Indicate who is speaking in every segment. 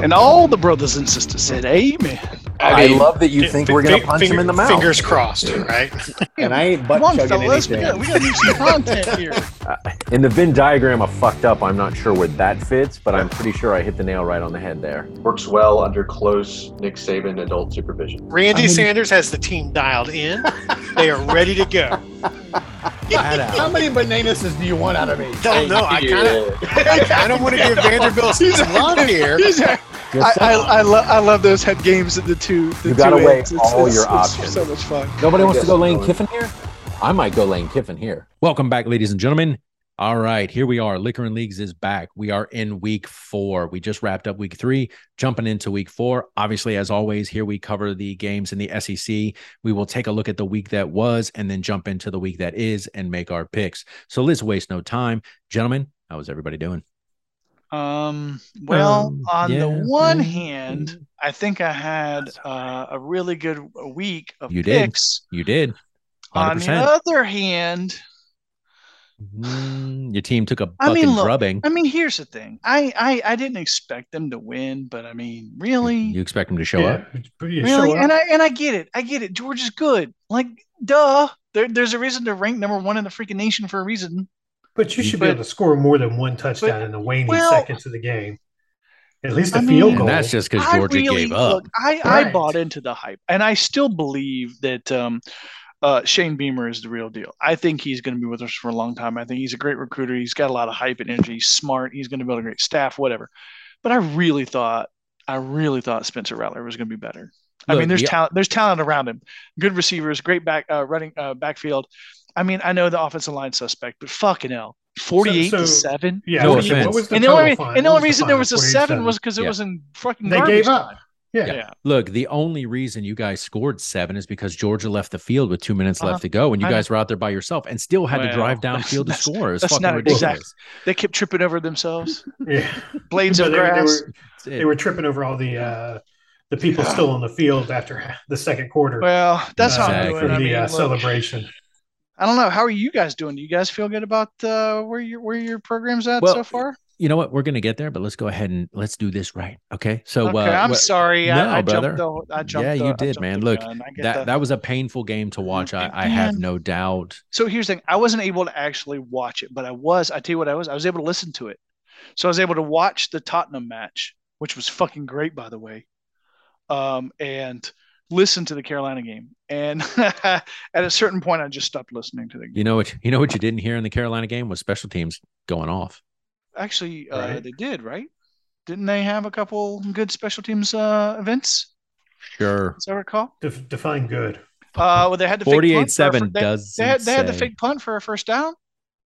Speaker 1: And all the brothers and sisters said, Amen.
Speaker 2: I,
Speaker 3: mean,
Speaker 2: love that you think we're going to punch him in the mouth.
Speaker 3: Fingers crossed, right?
Speaker 4: And I ain't butt
Speaker 1: Come on,
Speaker 4: chugging
Speaker 1: fellas. We
Speaker 4: anything.
Speaker 1: got, we got to need some content here.
Speaker 2: In the Venn diagram of fucked up, I'm not sure where that fits, but I'm pretty sure I hit the nail right on the head there.
Speaker 5: Works well under close Nick Saban adult supervision.
Speaker 3: Randy
Speaker 1: I mean-
Speaker 3: Sanders has the team dialed in. They are ready to go.
Speaker 4: How many bananas do you want out of me?
Speaker 3: Don't know. I kind of
Speaker 5: Yeah.
Speaker 3: I don't want to give Vanderbilt some love here.
Speaker 1: These are-
Speaker 2: Good
Speaker 1: I,
Speaker 2: stuff.
Speaker 1: I, I, lo- I love those head games at the two. The
Speaker 2: You gotta
Speaker 1: two
Speaker 2: weigh
Speaker 1: ends.
Speaker 2: all your options.
Speaker 1: so much fun.
Speaker 2: Nobody wants to go
Speaker 5: guess
Speaker 2: Lane
Speaker 5: so.
Speaker 2: Kiffin here? I might go Lane Kiffin here.
Speaker 6: Welcome back, ladies and gentlemen. All right, here we are. Liquor and Leagues is back. We are in week four. We just wrapped up week three, jumping into week four. Obviously, as always, here we cover the games in the SEC. We will take a look at the week that was and then jump into the week that is and make our picks. So let's waste no time. Gentlemen, how is everybody doing?
Speaker 1: Um, well,
Speaker 6: Um,
Speaker 1: on the
Speaker 6: yeah,
Speaker 1: one
Speaker 6: yeah,
Speaker 1: hand, I think I had uh, a really good week of
Speaker 6: You did.
Speaker 1: picks.
Speaker 6: You did.
Speaker 1: On the
Speaker 6: 100%.
Speaker 1: other hand,
Speaker 6: Mm, your team took a
Speaker 1: I
Speaker 6: fucking
Speaker 1: mean, look,
Speaker 6: drubbing.
Speaker 1: I mean, here's the thing. I, I I didn't expect them to win, but I mean, really,
Speaker 6: You expect them to show up?
Speaker 1: really, and I and I get it. I get it. Georgia's good. Like, duh. There, there's a reason to rank number one in the freaking nation for a reason.
Speaker 7: But you should be
Speaker 1: But-
Speaker 7: able to score more than one touchdown in the waning
Speaker 1: well-
Speaker 7: seconds of the game. At least a
Speaker 1: I
Speaker 7: field
Speaker 1: mean-
Speaker 7: goal.
Speaker 6: And that's just because
Speaker 1: I
Speaker 6: Georgia
Speaker 1: really-
Speaker 6: gave up.
Speaker 1: Look, I, I
Speaker 7: Right.
Speaker 1: bought into the hype, and I still believe that um, uh, Shane Beamer is the real deal. I think he's going to be with us for a long time. I think he's a great recruiter. He's got a lot of hype and energy. He's smart. He's going to build a great staff, whatever. But I really thought, I really thought Spencer Rattler was going to be better. I
Speaker 6: Look,
Speaker 1: mean, there's
Speaker 6: the-
Speaker 1: talent. There's talent around him. Good receivers, great back uh, running uh, backfield. I mean, I know the offensive line suspect, but fucking hell, forty-eight
Speaker 7: so-
Speaker 1: to seven.
Speaker 7: yeah.
Speaker 6: No
Speaker 7: what was-
Speaker 6: offense.
Speaker 7: What was the
Speaker 1: and the
Speaker 7: total
Speaker 1: only
Speaker 7: final?
Speaker 1: and the
Speaker 7: What
Speaker 1: only
Speaker 7: the
Speaker 1: reason there
Speaker 7: final?
Speaker 1: was a
Speaker 7: 48
Speaker 1: seven was because it
Speaker 6: Yeah.
Speaker 1: was in fucking.
Speaker 7: they
Speaker 1: garbage
Speaker 7: gave
Speaker 1: time.
Speaker 7: up. Yeah.
Speaker 6: Yeah. Look, the only reason you guys scored seven is because Georgia left the field with two minutes
Speaker 1: Uh-huh.
Speaker 6: left to go, and you
Speaker 1: I know.
Speaker 6: guys were out there by yourself and still had to
Speaker 1: Well,
Speaker 6: drive
Speaker 1: that's-
Speaker 6: downfield to
Speaker 1: that's-
Speaker 6: score. It's
Speaker 1: that's
Speaker 6: fucking
Speaker 1: not
Speaker 6: ridiculous.
Speaker 1: They kept tripping over themselves.
Speaker 7: Yeah.
Speaker 1: Blades
Speaker 7: But
Speaker 1: of
Speaker 7: they, were- they
Speaker 1: grass.
Speaker 7: were,
Speaker 6: That's it.
Speaker 7: they were tripping over all the uh, the people still on the field after the second quarter.
Speaker 1: well, that's how I'm
Speaker 6: Exactly.
Speaker 1: doing.
Speaker 7: From
Speaker 1: I,
Speaker 7: the
Speaker 1: mean,
Speaker 7: uh,
Speaker 1: look,
Speaker 7: celebration.
Speaker 1: I don't know. How are you guys doing? Do you guys feel good about uh, where your where your program's at
Speaker 6: Well,
Speaker 1: so far?
Speaker 6: you know what? We're gonna get there, but let's go ahead and let's do this right. Okay. So
Speaker 1: Okay,
Speaker 6: uh,
Speaker 1: I'm
Speaker 6: what-
Speaker 1: sorry.
Speaker 6: No,
Speaker 1: I, I
Speaker 6: brother.
Speaker 1: jumped the. I jumped
Speaker 6: Yeah,
Speaker 1: the-
Speaker 6: you
Speaker 1: I
Speaker 6: did,
Speaker 1: jumped
Speaker 6: man.
Speaker 1: the
Speaker 6: Look,
Speaker 1: gun. I get
Speaker 6: that
Speaker 1: that.
Speaker 6: that was a painful game to watch. I, I
Speaker 1: Man.
Speaker 6: have no doubt.
Speaker 1: So here's the thing. I wasn't able to actually watch it, but I was. I tell you what, I was. I was able to listen to it. So I was able to watch the Tottenham match, which was fucking great, by the way, um, and listen to the Carolina game. And at a certain point, I just stopped listening to the game.
Speaker 6: You know what? You know what you didn't hear in the Carolina game was special teams going off.
Speaker 1: Actually, uh,
Speaker 7: Right.
Speaker 1: they did, right? Didn't they have a couple good special teams uh, events?
Speaker 6: Sure.
Speaker 1: As I recall,
Speaker 7: Def- define good.
Speaker 1: uh, well, they had the fake punt for a
Speaker 6: Forty-eight seven
Speaker 1: fir- They,
Speaker 6: does.
Speaker 1: they had, they had the fake punt for a first down,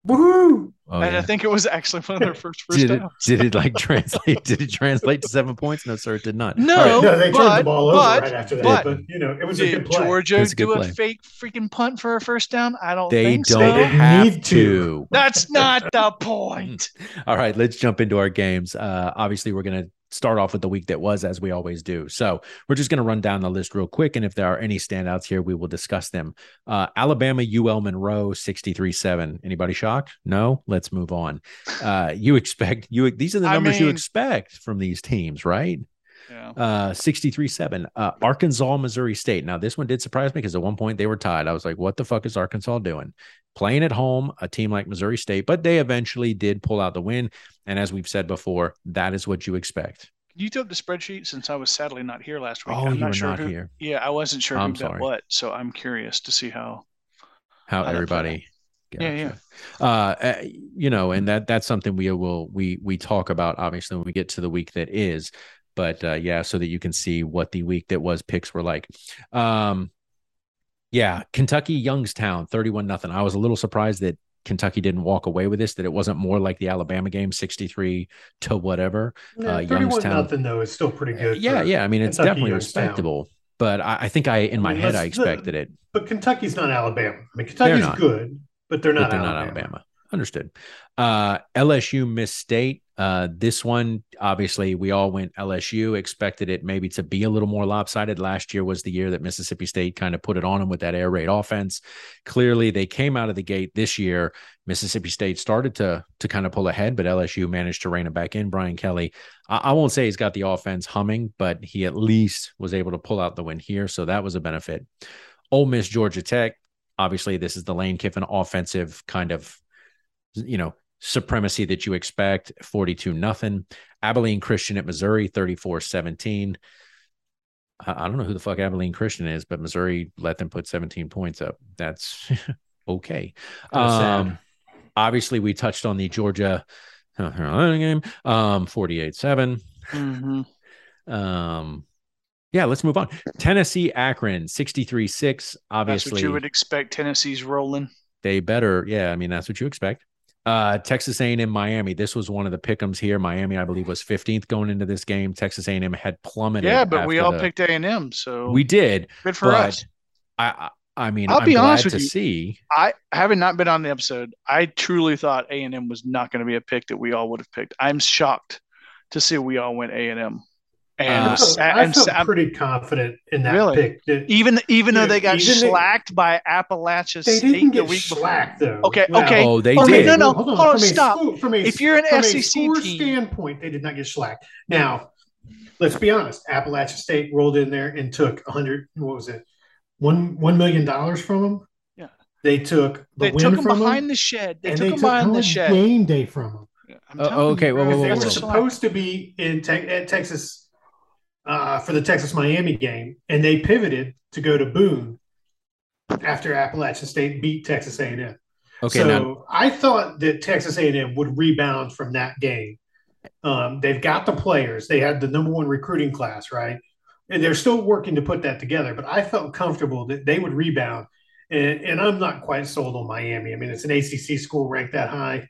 Speaker 7: Woohoo!
Speaker 6: Oh,
Speaker 1: and
Speaker 6: yeah.
Speaker 1: I think it was actually one of their first first
Speaker 6: did it,
Speaker 1: downs.
Speaker 6: did it like translate? Did it translate to seven points? No, sir, it did not.
Speaker 1: No,
Speaker 6: All right.
Speaker 7: No, they turned
Speaker 1: but-
Speaker 7: the ball over
Speaker 1: but-
Speaker 7: right after that.
Speaker 1: but-
Speaker 7: But, you know, it was a
Speaker 1: Did
Speaker 7: good play.
Speaker 1: Georgia
Speaker 6: That's a good
Speaker 1: do a
Speaker 6: play.
Speaker 1: fake freaking punt for a first down? I don't
Speaker 6: they
Speaker 1: think
Speaker 6: don't
Speaker 1: so.
Speaker 7: didn't
Speaker 6: have
Speaker 7: need to.
Speaker 1: That's not the point.
Speaker 6: All right, let's jump into our games. Uh, obviously, we're going to start off with the week that was, as we always do. So we're just going to run down the list real quick. And if there are any standouts here, we will discuss them. Uh, Alabama, UL Monroe, 63 7. Anybody shocked? No? Let's move on. Uh, you expect, you these are the
Speaker 1: I
Speaker 6: numbers you
Speaker 1: mean-
Speaker 6: expect from these teams, right?
Speaker 1: Yeah.
Speaker 6: Uh, 63 7. Uh, Arkansas, Missouri State. Now, this one did surprise me because at one point they were tied. I was like, what the fuck is Arkansas doing? Playing at home, a team like Missouri State, but they eventually did pull out the win. And as we've said before, that is what you expect.
Speaker 1: You took the spreadsheet since I was sadly not here last week.
Speaker 6: Oh,
Speaker 1: I'm
Speaker 6: you
Speaker 1: not
Speaker 6: were
Speaker 1: sure
Speaker 6: not
Speaker 1: who-
Speaker 6: here.
Speaker 1: Yeah, I wasn't sure
Speaker 6: I'm
Speaker 1: who
Speaker 6: sorry.
Speaker 1: got what, so I'm curious to see how.
Speaker 6: How
Speaker 1: I don't play
Speaker 6: everybody.
Speaker 1: Yeah, yeah.
Speaker 6: yeah. Uh, uh, you know, and that that's something we will we we talk about obviously when we get to the week that is, but uh, yeah, so that you can see what the week that was picks were like. Um, yeah, Kentucky Youngstown thirty one nothing. I was a little surprised that Kentucky didn't walk away with this. That it wasn't more like the Alabama game sixty three to whatever.
Speaker 7: Yeah,
Speaker 6: uh,
Speaker 7: 31
Speaker 6: Youngstown.
Speaker 7: nothing though is still pretty good.
Speaker 6: yeah,
Speaker 7: for-
Speaker 6: yeah. I mean, it's
Speaker 7: Kentucky
Speaker 6: definitely
Speaker 7: Youngstown.
Speaker 6: respectable. But I, I think I in my
Speaker 7: mean,
Speaker 6: head
Speaker 7: that's
Speaker 6: I
Speaker 7: the-
Speaker 6: expected it.
Speaker 7: But Kentucky's not Alabama. I mean, Kentucky's
Speaker 6: not.
Speaker 7: good, but they're not
Speaker 6: but they're
Speaker 7: Alabama.
Speaker 6: not Alabama. Understood. Uh, LSU Miss State Uh, this one, obviously, we all went LSU, expected it maybe to be a little more lopsided. Last year was the year that Mississippi State kind of put it on them with that air raid offense. Clearly, they came out of the gate this year. Mississippi State started to to kind of pull ahead, but LSU managed to rein it back in. Brian Kelly, I, I won't say he's got the offense humming, but he at least was able to pull out the win here, so that was a benefit. Ole Miss, Georgia Tech. Obviously, this is the Lane Kiffin offensive kind of, you know, supremacy that you expect 42 nothing abilene christian at missouri 34 17 i I don't know who the fuck abilene christian is but missouri let them put 17 points up that's okay um obviously we touched on the georgia game um 48 7
Speaker 1: Mhm.
Speaker 6: um yeah let's move on tennessee akron 63 6
Speaker 1: That's
Speaker 6: obviously
Speaker 1: what you would expect. Tennessee's rolling.
Speaker 6: they better yeah i mean that's what you expect uh texas a&m miami this was one of the pickums here miami i believe was 15th going into this game texas a&m had plummeted
Speaker 1: Yeah, but we
Speaker 6: after
Speaker 1: all
Speaker 6: the-
Speaker 1: picked A and M, so
Speaker 6: we did
Speaker 1: good for
Speaker 6: but
Speaker 1: us.
Speaker 6: i i, I mean
Speaker 1: I'll
Speaker 6: am
Speaker 1: be
Speaker 6: glad
Speaker 1: honest with
Speaker 6: to
Speaker 1: you.
Speaker 6: see
Speaker 1: I having not been on the episode, I truly thought A and M was not going to be a pick that we all would have picked. I'm shocked to see we all went A and M, and
Speaker 6: Uh,
Speaker 1: I'm sa-
Speaker 7: I
Speaker 1: I'm
Speaker 7: felt
Speaker 1: sa- I'm-
Speaker 7: pretty confident in that
Speaker 1: Really?
Speaker 7: pick. They,
Speaker 1: even even though
Speaker 7: Dude,
Speaker 1: they got
Speaker 7: even they-
Speaker 1: slacked by Appalachia
Speaker 7: they
Speaker 1: State
Speaker 7: didn't
Speaker 1: the
Speaker 7: get
Speaker 1: week before.
Speaker 7: slacked though.
Speaker 1: Okay,
Speaker 7: Well,
Speaker 1: okay.
Speaker 6: oh they
Speaker 1: Oh,
Speaker 6: did
Speaker 1: no, no, hold on,
Speaker 7: from a
Speaker 1: stop.
Speaker 7: score- from a
Speaker 1: If you're an
Speaker 7: from a
Speaker 1: SEC
Speaker 7: score
Speaker 1: team-
Speaker 7: standpoint, they did not get slacked. Now, let's be honest. Appalachian State rolled in there and took hundred. What was it? One one million dollars from them.
Speaker 1: Yeah.
Speaker 7: they took the
Speaker 1: They
Speaker 7: win
Speaker 1: took him
Speaker 7: from
Speaker 1: behind
Speaker 7: them,
Speaker 1: the shed. They
Speaker 7: and
Speaker 1: took
Speaker 7: they
Speaker 1: him
Speaker 7: took
Speaker 1: behind the
Speaker 7: home
Speaker 1: shed.
Speaker 7: game day from them.
Speaker 1: I'm
Speaker 6: Uh,
Speaker 1: telling you,
Speaker 6: okay,
Speaker 1: bro,
Speaker 6: whoa, whoa, whoa,
Speaker 7: they
Speaker 1: that's
Speaker 7: were
Speaker 1: a
Speaker 6: whoa.
Speaker 1: slack.
Speaker 7: supposed to be in te- at Texas uh, for the Texas Miami game, and they pivoted to go to Boone after Appalachian State beat Texas A and M.
Speaker 6: okay
Speaker 7: so
Speaker 6: now
Speaker 7: I thought that Texas A&M would rebound from that game. Um, they've got the players. They had the number one recruiting class, right? And they're still working to put that together. But I felt comfortable that they would rebound. And, and I'm not quite sold on Miami. I mean, it's an ACC school ranked that high.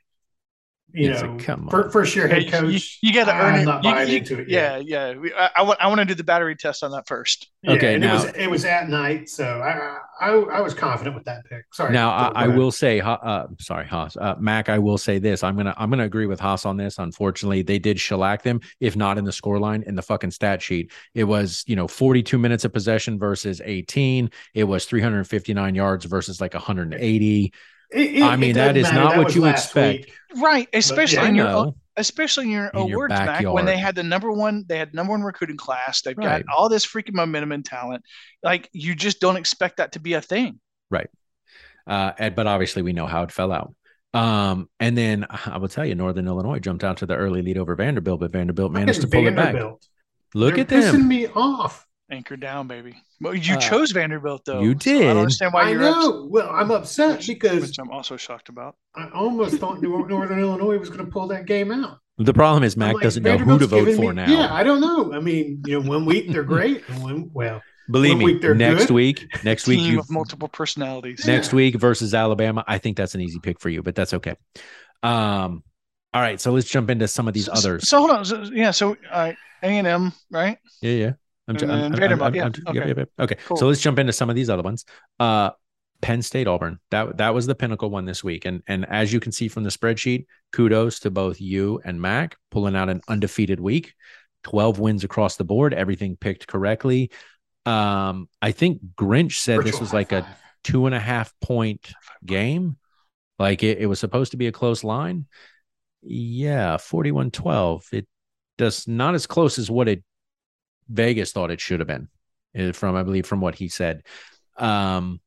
Speaker 7: You
Speaker 6: It's a-
Speaker 7: know,
Speaker 6: come
Speaker 7: fir-
Speaker 6: on.
Speaker 7: first year head
Speaker 1: Yeah, you- you-
Speaker 7: coach.
Speaker 1: You, got to earn
Speaker 7: I'm
Speaker 1: it.
Speaker 7: not
Speaker 1: You-
Speaker 7: buying
Speaker 1: you-
Speaker 7: into it. yet.
Speaker 1: Yeah, yeah. We, I, want I want to do the battery test on that first.
Speaker 7: Yeah,
Speaker 6: Okay,
Speaker 7: And
Speaker 6: now-
Speaker 7: it was it was at night, so I I, I was confident with that pick. Sorry.
Speaker 6: now
Speaker 7: Go
Speaker 6: I, I
Speaker 7: ahead.
Speaker 6: will say, Ha- uh, sorry, Haas, uh, Mac. I will say this. I'm gonna, I'm gonna agree with Haas on this. Unfortunately, they did shellac them, if not in the scoreline, in the fucking stat sheet. It was, you know, 42 minutes of possession versus 18. It was 359 yards versus like 180.
Speaker 7: It- it-
Speaker 6: I mean,
Speaker 7: it
Speaker 6: that
Speaker 7: doesn't
Speaker 6: is
Speaker 7: matter.
Speaker 6: not
Speaker 7: That
Speaker 6: what
Speaker 7: was
Speaker 6: you would
Speaker 7: last
Speaker 6: expect.
Speaker 7: week.
Speaker 1: Right, especially
Speaker 7: yeah,
Speaker 6: I
Speaker 1: in your own,
Speaker 6: know.
Speaker 1: especially in your
Speaker 6: In
Speaker 1: own
Speaker 6: your
Speaker 1: words, Mac. When they
Speaker 6: backyard.
Speaker 1: had the number one, they had number one recruiting class. They've
Speaker 6: Right.
Speaker 1: got all this freaking momentum and talent. Like you just don't expect that to be a thing.
Speaker 6: Uh, and- but obviously, we know how it fell out. Um, and then I will tell you, Northern Illinois jumped out to the early lead over Vanderbilt, but Vanderbilt managed to
Speaker 7: Fucking
Speaker 6: pull it back.
Speaker 7: Vanderbilt.
Speaker 6: Look
Speaker 7: They're
Speaker 6: at them.
Speaker 7: pissing me off.
Speaker 1: Anchor down, baby. Well, you
Speaker 6: Uh,
Speaker 1: chose Vanderbilt though.
Speaker 6: you
Speaker 1: so I
Speaker 6: did.
Speaker 1: don't understand why
Speaker 7: I
Speaker 1: you're
Speaker 7: know.
Speaker 1: upset,
Speaker 7: Well, I'm upset
Speaker 1: which-
Speaker 7: because
Speaker 1: which I'm also shocked about.
Speaker 7: I almost thought Nor- Northern Illinois was going to pull that game out.
Speaker 6: The problem is
Speaker 7: I'm
Speaker 6: Mac
Speaker 7: like,
Speaker 6: doesn't know who to
Speaker 7: Vanderbilt's
Speaker 6: vote
Speaker 7: giving
Speaker 6: for
Speaker 7: me-
Speaker 6: now.
Speaker 7: Yeah, I don't know. I mean, you know, one week they're great, and one well,
Speaker 6: Believe
Speaker 7: One
Speaker 6: me,
Speaker 7: week they're
Speaker 6: next
Speaker 7: good.
Speaker 6: week, next week
Speaker 1: Team
Speaker 6: you
Speaker 1: of multiple personalities.
Speaker 6: next week versus Alabama. I think that's an easy pick for you, but that's okay. Um, all right, so let's jump into some of these
Speaker 1: So- so-
Speaker 6: others.
Speaker 1: So, hold on. So, yeah. So A and M, right?
Speaker 6: yeah, yeah. I'm, ju-
Speaker 1: And
Speaker 6: I'm-
Speaker 1: then
Speaker 6: I'm-
Speaker 1: Vanderbilt,
Speaker 6: I'm-
Speaker 1: yeah,
Speaker 6: I'm ju- yep,
Speaker 1: okay.
Speaker 6: yep, yep. Okay, so
Speaker 1: Cool.
Speaker 6: let's jump into some of these other ones. Uh, Penn State Auburn. That that was the pinnacle one this week, and and as you can see from the spreadsheet, kudos to both you and Mac pulling out an undefeated week, twelve wins across the board, everything picked correctly. Um, I think Grinch said this
Speaker 7: virtual
Speaker 6: was
Speaker 7: high
Speaker 6: like a
Speaker 7: five.
Speaker 6: two and a half point game. Like it, it was supposed to be a close line. Yeah, 41 12. It does not as close as what it Vegas thought it should have been eh, from, I believe, from what he said. Um,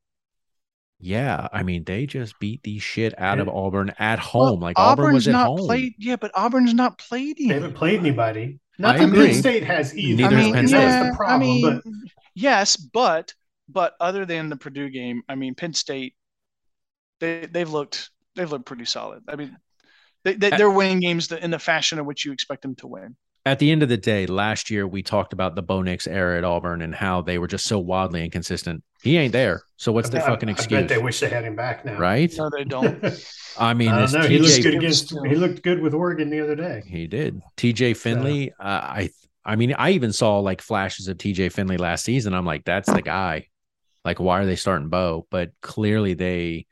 Speaker 6: yeah, I mean, they just beat the shit out of
Speaker 7: Yeah.
Speaker 6: Auburn at
Speaker 1: Well,
Speaker 6: home. like Auburn was at
Speaker 1: not
Speaker 6: home.
Speaker 1: played. Yeah, but Auburn's not played
Speaker 7: They
Speaker 1: yet.
Speaker 7: haven't played anybody. Not
Speaker 6: I
Speaker 7: that
Speaker 6: agree.
Speaker 7: Penn State has either.
Speaker 6: Neither
Speaker 1: I
Speaker 6: has
Speaker 1: mean,
Speaker 6: Penn
Speaker 7: and
Speaker 6: State.
Speaker 1: yeah,
Speaker 7: That's the problem.
Speaker 1: I mean,
Speaker 7: but
Speaker 1: yes, but but other than the Purdue game, I mean, Penn State, they they've looked they've looked pretty solid. I mean, they, they they're winning games in the fashion in which you expect them to win.
Speaker 6: at the end of the day, last year we talked about the Bo Nix era at Auburn and how they were just so wildly inconsistent. He ain't there. So what's their
Speaker 7: I-
Speaker 6: fucking
Speaker 7: I,
Speaker 6: excuse?
Speaker 7: I bet they wish they had him back now.
Speaker 6: right?
Speaker 1: No, they don't.
Speaker 6: I mean,
Speaker 7: I
Speaker 6: this
Speaker 7: don't know. He looked
Speaker 6: TJ
Speaker 7: good against.
Speaker 1: Still.
Speaker 7: He looked good with Oregon the other day.
Speaker 6: He did. TJ Finley. Uh, I th- I mean, I even saw like flashes of TJ Finley last season. I'm like, that's the guy. Like, why are they starting Bo? But clearly they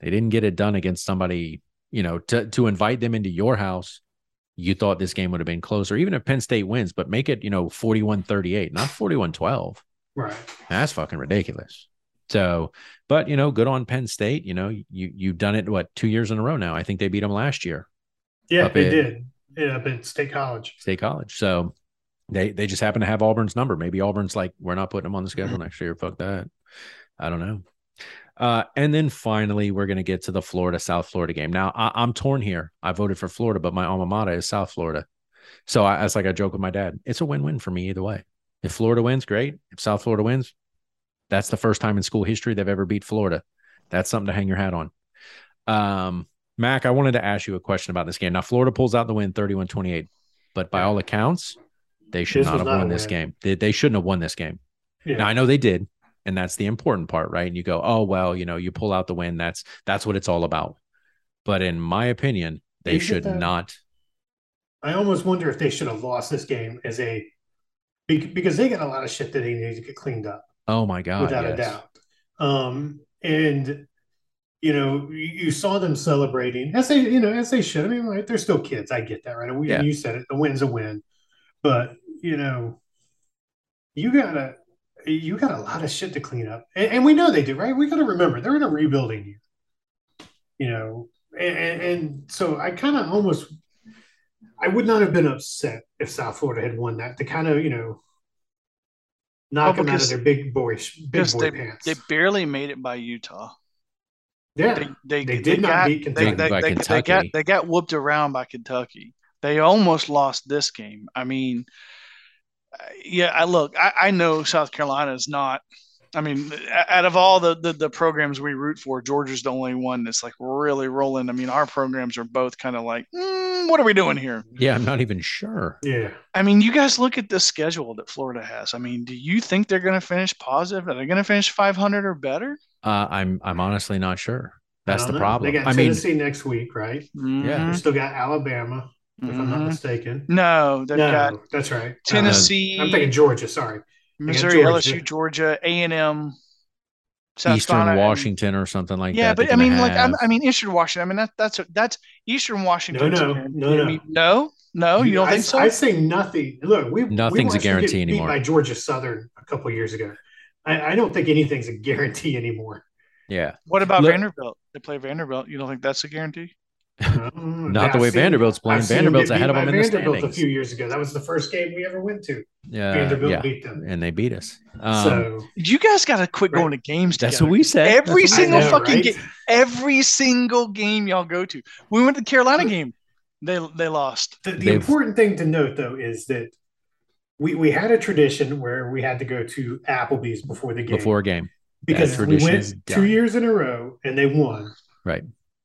Speaker 6: they didn't get it done against somebody, you know, to to invite them into your house you thought this game would have been closer, even if Penn State wins, but make it, you know, 41 38, not 41 12.
Speaker 7: Right.
Speaker 6: That's fucking ridiculous. So, but, you know, good on Penn State. You know, you, you've done it, what, two years in a row now? I think they beat them last year,
Speaker 7: Yeah,
Speaker 6: Up
Speaker 7: they
Speaker 6: in-
Speaker 7: did. Yeah, up at State College.
Speaker 6: State College. So they, they just happen to have Auburn's number. Maybe Auburn's like, we're not putting them on the schedule next year. Fuck that. I don't know. Uh, and then finally, we're going to get to the Florida South Florida game. Now, I, I'm torn here. I voted for Florida, but my alma mater is South Florida. So I, it's like I joke with my dad. It's a win win for me either way. If Florida wins, great. If South Florida wins, that's the first time in school history they've ever beat Florida. That's something to hang your hat on. Um, Mac, I wanted to ask you a question about this game. Now, Florida pulls out the win 31 28, but by all accounts, they should
Speaker 7: This
Speaker 6: not
Speaker 7: was
Speaker 6: have
Speaker 7: not a
Speaker 6: won this
Speaker 7: win.
Speaker 6: game. They, they shouldn't have won this game.
Speaker 7: Yeah.
Speaker 6: Now I know they did, and that's the important part, right? And you go, oh well, you know, you pull out the win. That's that's what it's all about. But in my opinion, they
Speaker 7: They did
Speaker 6: should
Speaker 7: that.
Speaker 6: not.
Speaker 7: I almost wonder if they should have lost this game as a be- because they got a lot of shit that they need to get cleaned up
Speaker 6: Oh my god,
Speaker 7: without a
Speaker 6: yes.
Speaker 7: doubt. Um, and you know, you, you saw them celebrating as they you know as they should. I mean, like, they're still kids. I get that, right? We,
Speaker 6: Yeah.
Speaker 7: You said it. A win's a win, but you know, you gotta you got a lot of shit to clean up, and, and we know they do, right? We got to remember they're in a rebuilding year. You know, and, and, and so I kind of almost I would not have been upset if South Florida had won that to kind of, you know, knock
Speaker 1: Well,
Speaker 7: them out
Speaker 1: because-
Speaker 7: of their big boyish big
Speaker 1: because
Speaker 7: boy pants.
Speaker 1: They barely made it by Utah.
Speaker 7: yeah.
Speaker 1: They they,
Speaker 7: They
Speaker 1: they
Speaker 7: did not
Speaker 1: got,
Speaker 7: beat
Speaker 1: they-
Speaker 7: Kentucky.
Speaker 1: They,
Speaker 6: By
Speaker 1: they- they
Speaker 6: Kentucky.
Speaker 1: got they got whooped around by Kentucky. They almost lost this game. I mean, uh, yeah. I look. I, I know South Carolina is not. I mean, a- out of all the, the the programs we root for, Georgia's the only one that's like really rolling. I mean, our programs are both kind of like, "Mm, what are we doing here?
Speaker 6: Yeah, I'm not even sure.
Speaker 7: yeah.
Speaker 1: I mean, you guys look at the schedule that Florida has. I mean, do you think they're going to finish positive? Are they going to finish 500 or better?
Speaker 6: Uh, I'm I'm honestly not sure. That's
Speaker 7: I
Speaker 6: the
Speaker 7: don't know.
Speaker 6: problem.
Speaker 7: They got
Speaker 6: I mean,
Speaker 7: Tennessee next week, right?
Speaker 1: Mhm.
Speaker 7: They still got Alabama, if I'm not
Speaker 6: Mm-hmm.
Speaker 1: Mhm.
Speaker 7: mistaken.
Speaker 1: No, they've
Speaker 7: Mm-hmm. no,
Speaker 1: got
Speaker 7: that's right. Uh,
Speaker 6: Uh,
Speaker 1: Tennessee,
Speaker 7: I'm thinking Georgia, sorry.
Speaker 1: Missouri,
Speaker 7: Georgia.
Speaker 1: LSU, Georgia, A and M,
Speaker 6: Eastern Washington or something like
Speaker 1: yeah,
Speaker 6: that.
Speaker 1: but I mean, like, I'm, I mean, Eastern Washington. I mean, that, that's that's Eastern
Speaker 7: No,
Speaker 1: Washington.
Speaker 7: no, no, no.
Speaker 1: I mean, no, no. Oh, You don't
Speaker 7: I,
Speaker 1: think so?
Speaker 7: I say nothing. Look, we we
Speaker 6: Nothing's a
Speaker 7: watched them get
Speaker 6: guarantee
Speaker 7: beat
Speaker 6: anymore.
Speaker 7: By Georgia Southern a couple years ago, I, I don't think anything's a guarantee anymore.
Speaker 6: yeah,
Speaker 1: what about
Speaker 6: Look-
Speaker 1: Vanderbilt? They play Vanderbilt. You don't think that's a guarantee?
Speaker 7: Um,
Speaker 6: not the way
Speaker 7: I've seen-
Speaker 6: Vanderbilt's playing.
Speaker 7: I've seen them
Speaker 6: Vanderbilt's
Speaker 7: get
Speaker 6: ahead
Speaker 7: beat
Speaker 6: of them
Speaker 7: by
Speaker 6: in the
Speaker 7: Vanderbilt
Speaker 6: standings.
Speaker 7: A few years ago, that was the first game we ever went to.
Speaker 6: yeah,
Speaker 7: Vanderbilt
Speaker 6: yeah,
Speaker 7: beat them.
Speaker 6: and they beat us. Um,
Speaker 7: so
Speaker 1: You guys got to quit
Speaker 7: Right.
Speaker 1: going to games.
Speaker 6: that's
Speaker 1: together.
Speaker 6: what we said. That's
Speaker 1: Every
Speaker 6: what we
Speaker 1: single
Speaker 6: said.
Speaker 1: fucking
Speaker 7: right?
Speaker 1: game, every single game y'all go to. We went to the Carolina game. They they lost.
Speaker 7: the, the
Speaker 6: They've-
Speaker 7: important thing to note, though, is that we we had a tradition where we had to go to Applebee's before the game
Speaker 6: before a game.
Speaker 7: because we
Speaker 6: tradition
Speaker 7: went
Speaker 6: is
Speaker 7: two
Speaker 6: done.
Speaker 7: years in a row and they won.
Speaker 6: Right.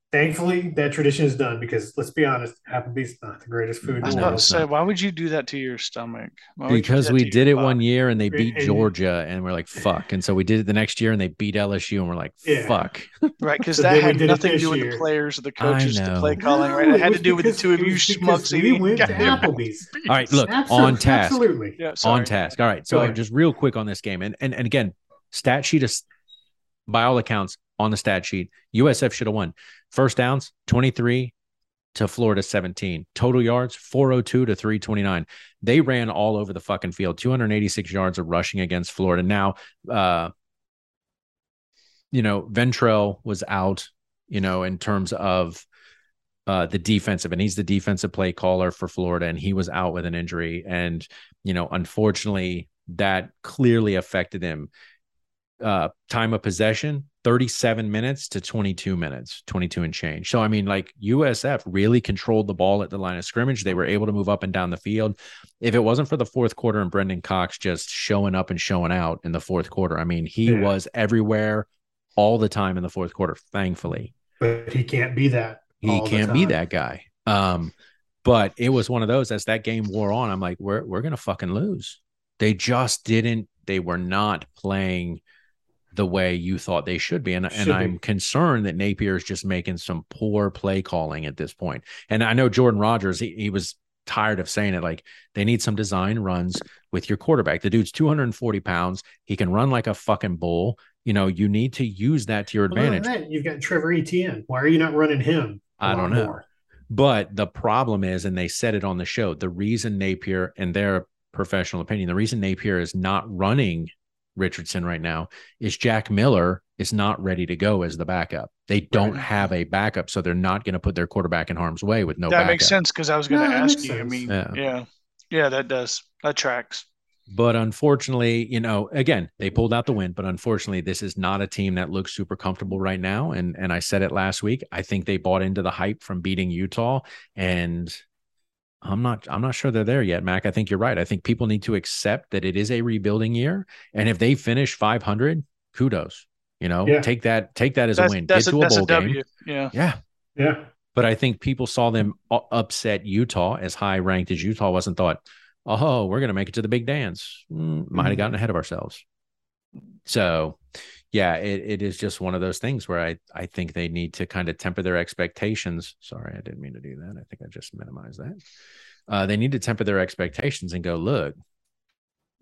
Speaker 7: Thankfully, that tradition is done because let's be honest, Applebee's is not the greatest food
Speaker 1: I
Speaker 7: in
Speaker 1: was
Speaker 7: the
Speaker 6: No,
Speaker 1: about
Speaker 7: world.
Speaker 1: to
Speaker 6: it's
Speaker 1: say,
Speaker 6: not.
Speaker 1: why would you do that to your stomach? Why would you do
Speaker 6: because
Speaker 1: Oh, that
Speaker 6: we
Speaker 1: to your
Speaker 6: did it
Speaker 1: body?
Speaker 6: one year and they beat
Speaker 7: And-
Speaker 6: Georgia and we're like fuck, and so we did it the next year and they beat LSU and we're like
Speaker 7: Yeah.
Speaker 6: fuck.
Speaker 1: Right, because
Speaker 7: So
Speaker 1: that
Speaker 7: then we
Speaker 1: had
Speaker 7: did it
Speaker 1: nothing to
Speaker 7: this
Speaker 1: do with the
Speaker 7: year.
Speaker 1: players or the
Speaker 6: I
Speaker 1: coaches, the
Speaker 6: know.
Speaker 1: play calling, right?
Speaker 7: No,
Speaker 1: It had
Speaker 7: was
Speaker 1: to do with the
Speaker 7: because-
Speaker 1: two of
Speaker 7: it
Speaker 1: you
Speaker 7: was because
Speaker 1: schmucks
Speaker 7: We
Speaker 1: eating
Speaker 7: went to
Speaker 1: goddamn-
Speaker 7: Applebee's.
Speaker 6: All right, look on
Speaker 7: Absolutely,
Speaker 6: task,
Speaker 7: Absolutely.
Speaker 1: Yeah, sorry.
Speaker 6: on task. All right,
Speaker 7: Go
Speaker 6: so
Speaker 7: ahead.
Speaker 6: just real quick on this game and and and again, stat sheet is by all accounts on the stat sheet USF should have won. First downs twenty three to Florida seventeen. Total yards four hundred two to three twenty nine. They ran all over the fucking field. Two hundred eighty six yards of rushing against Florida. Now, uh, you know Ventrell was out. You know in terms of uh, the defensive, and he's the defensive play caller for Florida, and he was out with an injury, and you know, unfortunately, that clearly affected him. Uh, time of possession, 37 minutes to 22 minutes, 22 and change. So, I mean, like USF really controlled the ball at the line of scrimmage. They were able to move up and down the field. If it wasn't for the fourth quarter and Brendan Cox just showing up and showing out in the fourth quarter, I mean, he
Speaker 7: Yeah.
Speaker 6: was everywhere all the time in the fourth quarter, thankfully
Speaker 7: But he can't be that.
Speaker 6: he
Speaker 7: all the
Speaker 6: can't be
Speaker 7: time.
Speaker 6: that guy. Um, but it was one of those as that game wore on. I'm like, we're we're gonna fucking lose. They just didn't. They were not playing the way you thought they should be, and
Speaker 7: Should
Speaker 6: and
Speaker 7: be.
Speaker 6: I'm concerned that Napier is just making some poor play calling at this point. And I know Jordan Rogers. He he was tired of saying it. Like they need some design runs with your quarterback. The dude's 240 pounds. He can run like a fucking bull. You know, you need to use that to your
Speaker 7: Well, other than
Speaker 6: advantage.
Speaker 7: that, you've got Trevor Etienne. Why are you not running him? a
Speaker 6: I
Speaker 7: lot
Speaker 6: don't know.
Speaker 7: more?
Speaker 6: But the problem is, and they said it on the show, the reason Napier, in their professional opinion, the reason Napier is not running Richardson right now is Jack Miller is not ready to go as the backup. They don't have a backup, so they're not going to put their quarterback in harm's way with no
Speaker 1: that
Speaker 6: backup.
Speaker 1: makes sense because I was going
Speaker 7: No,
Speaker 1: to
Speaker 7: that
Speaker 1: ask
Speaker 7: makes
Speaker 1: you. I
Speaker 7: sense.
Speaker 1: mean,
Speaker 6: Yeah.
Speaker 1: yeah, yeah, that does that tracks.
Speaker 6: But unfortunately, you know, again, they pulled out the win. But unfortunately, this is not a team that looks super comfortable right now. And and I said it last week. I think they bought into the hype from beating Utah, and I'm not I'm not sure they're there yet, Mac. I think you're right. I think people need to accept that it is a rebuilding year, and if they finish 500, kudos. You know,
Speaker 7: Yeah.
Speaker 6: take that take that as
Speaker 1: That's
Speaker 6: a win.
Speaker 1: that's
Speaker 6: Get
Speaker 1: a,
Speaker 6: to a
Speaker 1: that's a
Speaker 6: bowl game.
Speaker 1: W. Yeah,
Speaker 6: Yeah,
Speaker 7: Yeah.
Speaker 6: but I think people saw them u- upset Utah as high ranked as Utah was and thought, oh, we're going to make it to the big dance. Mm, Might have gotten ahead of ourselves. So, yeah, it, it is just one of those things where I, I think they need to kind of temper their expectations. Sorry, I didn't mean to do that. I think I just minimized that. Uh, they need to temper their expectations and go, look,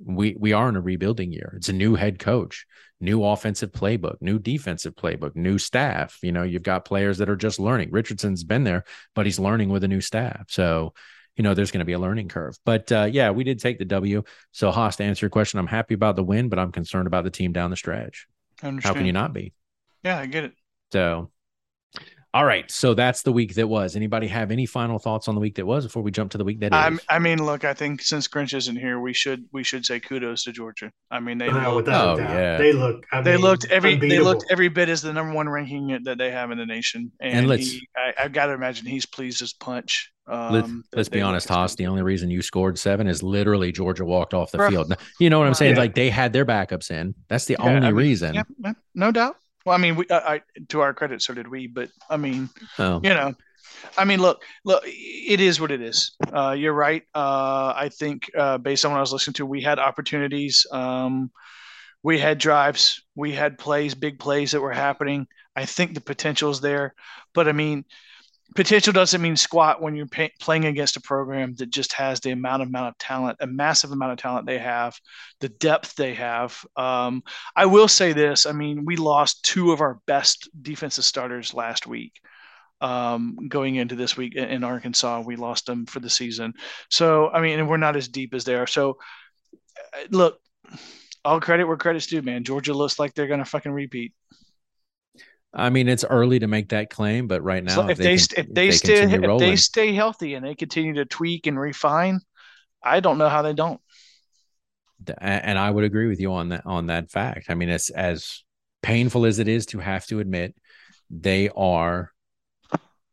Speaker 6: we we are in a rebuilding year. It's a new head coach, new offensive playbook, new defensive playbook, new staff. You know, you've got players that are just learning. Richardson's been there, but he's learning with a new staff. So, you know, there's going to be a learning curve. But uh, yeah, we did take the W. So, Haas, to answer your question, I'm happy about the win, but I'm concerned about the team down the stretch.
Speaker 1: I
Speaker 6: How
Speaker 1: understand.
Speaker 6: can you not be?
Speaker 1: Yeah, I get it.
Speaker 6: So, all right. So that's the week that was. Anybody have any final thoughts on the week that was before we jump to the week that is?
Speaker 1: I'm, I mean, look, I think since Grinch isn't here, we should we should say kudos to Georgia. I mean, they
Speaker 7: Uh,
Speaker 1: looked,
Speaker 7: without
Speaker 6: Oh,
Speaker 7: a doubt.
Speaker 6: yeah.
Speaker 7: They look. I
Speaker 1: they
Speaker 7: mean,
Speaker 1: looked every they
Speaker 7: unbeatable.
Speaker 1: looked every bit as the number one ranking that they have in the nation, and,
Speaker 6: And let's-
Speaker 1: he, I, I've got to imagine he's pleased as punch. Um,
Speaker 6: Let's,
Speaker 1: that
Speaker 6: let's
Speaker 1: they
Speaker 6: be
Speaker 1: look
Speaker 6: honest,
Speaker 1: as good.
Speaker 6: Haas. The only reason you scored seven is literally Georgia walked off the
Speaker 1: Bruh.
Speaker 6: field. You know what I'm saying?
Speaker 7: Yeah.
Speaker 6: Like they had their backups in. That's the
Speaker 1: Yeah, I
Speaker 6: only
Speaker 1: mean,
Speaker 6: reason.
Speaker 1: Yeah, yeah, no doubt. Well, I mean, we uh, I, I, to our credit, so did we. But I mean,
Speaker 6: Oh,
Speaker 1: you know i mean look look it is what it is uh, you're right uh, i think uh, based on what i was listening to we had opportunities um, we had drives we had plays big plays that were happening i think the potential's there but i mean potential doesn't mean squat when you're pay- playing against a program that just has the amount amount of talent a massive amount of talent they have the depth they have um, i will say this i mean we lost two of our best defensive starters last week um, going into this week in- in Arkansas. We lost them for the season. So, I mean, and we're not as deep as they are. So, uh, look, all credit where credit's due, man. Georgia looks like they're going to fucking repeat.
Speaker 6: I mean, it's early to make that claim, but right now,
Speaker 1: so if they,
Speaker 6: can-
Speaker 1: st- if they, stay
Speaker 6: continue
Speaker 1: if
Speaker 6: rolling-
Speaker 1: they stay healthy and they continue to tweak and refine, I don't know how they don't.
Speaker 6: Th- a- and I would agree with you on that on that fact. I mean, it's as painful as it is to have to admit, they are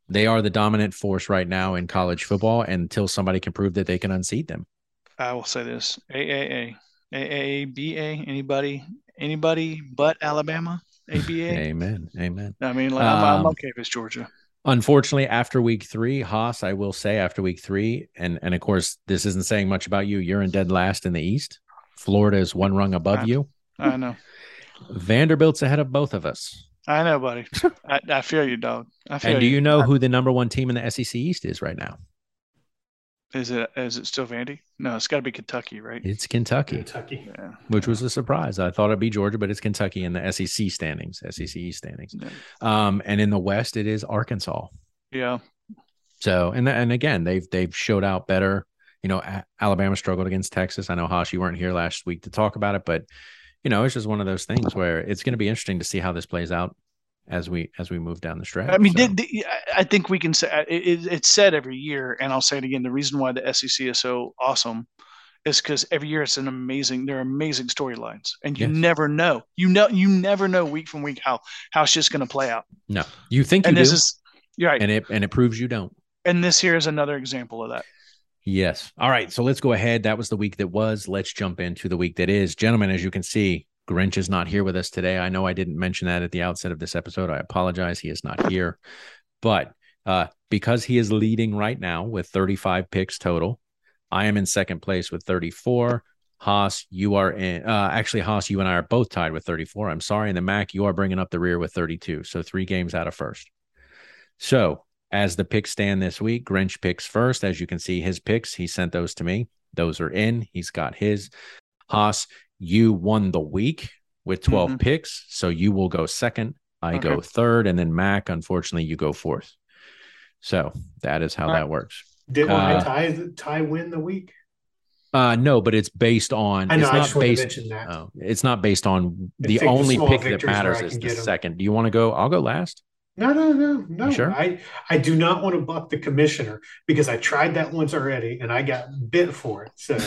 Speaker 6: they are the dominant force right now in college football until somebody can prove that they can unseat them.
Speaker 1: I will say this: AAA, AABA, anybody, anybody but Alabama, ABA.
Speaker 6: Amen. Amen.
Speaker 1: I mean, like, I'm, I'm
Speaker 6: Um,
Speaker 1: okay if it's Georgia.
Speaker 6: Unfortunately, after week three, Haas, I will say after week three, and and of course, this isn't saying much about you. You're in dead last in the East. Florida is one rung above
Speaker 1: Right.
Speaker 6: you.
Speaker 1: I know.
Speaker 6: Vanderbilt's ahead of both of us.
Speaker 1: I know, buddy. I, I feel you, dog. I feel
Speaker 6: And do
Speaker 1: you.
Speaker 6: you know who the number one team in the SEC East is right now?
Speaker 1: Is it is it still Vandy? No, it's got to be Kentucky, right?
Speaker 6: It's Kentucky,
Speaker 7: Kentucky.
Speaker 1: Yeah.
Speaker 6: which was a surprise. I thought it'd be Georgia, but it's Kentucky in the SEC standings, SEC East standings.
Speaker 1: Yeah.
Speaker 6: Um, and in the West, it is Arkansas.
Speaker 1: Yeah.
Speaker 6: So and and again, they've they've showed out better. You know, A- Alabama struggled against Texas. I know Haas, you weren't here last week to talk about it, but you know, it's just one of those things where it's going to be interesting to see how this plays out as we as we move down the stretch.
Speaker 1: I mean,
Speaker 6: So-
Speaker 1: did, did- I- I think we can say it, it, it's said every year, and I'll say it again. The reason why the SEC is so awesome is because every year it's an amazing. They're amazing storylines, and you
Speaker 6: Yes.
Speaker 1: never know. You know, you never know week from week how how shit's going to play out.
Speaker 6: no, you think
Speaker 1: And
Speaker 6: you
Speaker 1: this
Speaker 6: do,
Speaker 1: is you're right.
Speaker 6: and it and it proves you don't.
Speaker 1: and this here is another example of that.
Speaker 6: Yes. All right. So let's go ahead. That was the week that was. Let's jump into the week that is. Gentlemen, as you can see, Grinch is not here with us today. I know I didn't mention that at the outset of this episode. I apologize. He is not here. But uh, because he is leading right now with 35 picks total, I am in second place with 34. Haas, you are in. Uh, actually, Haas, you and I are both tied with 34. I'm sorry. And the Mac, you are bringing up the rear with 32. So three games out of first. So as the picks stand this week, Grinch picks first. As you can see, his picks, he sent those to me. Those are in. He's got his. Haas, you won the week with 12
Speaker 1: Mhm.
Speaker 6: picks. So you will go second. I go
Speaker 1: Okay.
Speaker 6: third. And then Mac, unfortunately, you go fourth. So that is how
Speaker 1: All right.
Speaker 6: that works.
Speaker 7: Didn't I
Speaker 6: Uh,
Speaker 7: tie the tie win the week?
Speaker 6: Uh, no, but it's based on.
Speaker 7: I know.
Speaker 6: it's
Speaker 7: I
Speaker 6: not
Speaker 7: just wanted
Speaker 6: based.
Speaker 7: to mention that.
Speaker 6: Oh, it's not based on
Speaker 7: I
Speaker 6: the
Speaker 7: think the
Speaker 6: only
Speaker 7: small
Speaker 6: pick that
Speaker 7: victories where I
Speaker 6: matters
Speaker 7: can
Speaker 6: is the
Speaker 7: get 'em.
Speaker 6: second. Do you want to go? I'll go last.
Speaker 7: No, no, no, no.
Speaker 6: You sure?
Speaker 7: I, I do not want to buck the commissioner because I tried that once already and I got bit for it. So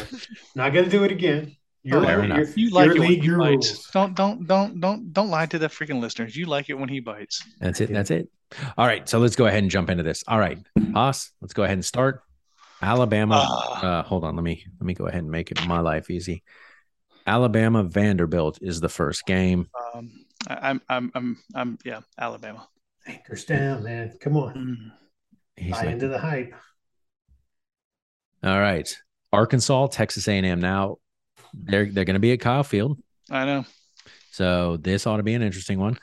Speaker 7: not gonna do it again. You're
Speaker 1: Fair
Speaker 7: like
Speaker 6: enough.
Speaker 7: your,
Speaker 1: You like
Speaker 7: your
Speaker 1: it when
Speaker 7: league,
Speaker 1: he
Speaker 7: your
Speaker 1: bites.
Speaker 7: rules.
Speaker 1: Don't don't don't don't don't lie to the freaking listeners. You like it when he bites.
Speaker 6: That's it. That's it. All right. So let's go ahead and jump into this. All right, Haas. Let's go ahead and start. Alabama.
Speaker 1: Ah,
Speaker 6: Uh, hold on. Let me let me go ahead and make it my life easy. Alabama Vanderbilt is the first game.
Speaker 1: um, I, I'm I'm I'm I'm yeah Alabama.
Speaker 7: Anchors down, man. Come on.
Speaker 1: Mm.
Speaker 6: He's
Speaker 7: Buy
Speaker 6: like-
Speaker 7: into the hype.
Speaker 6: all right. Arkansas, Texas A&M. Now they're they're going to be at Kyle Field,
Speaker 1: I know.
Speaker 6: so this ought to be an interesting one.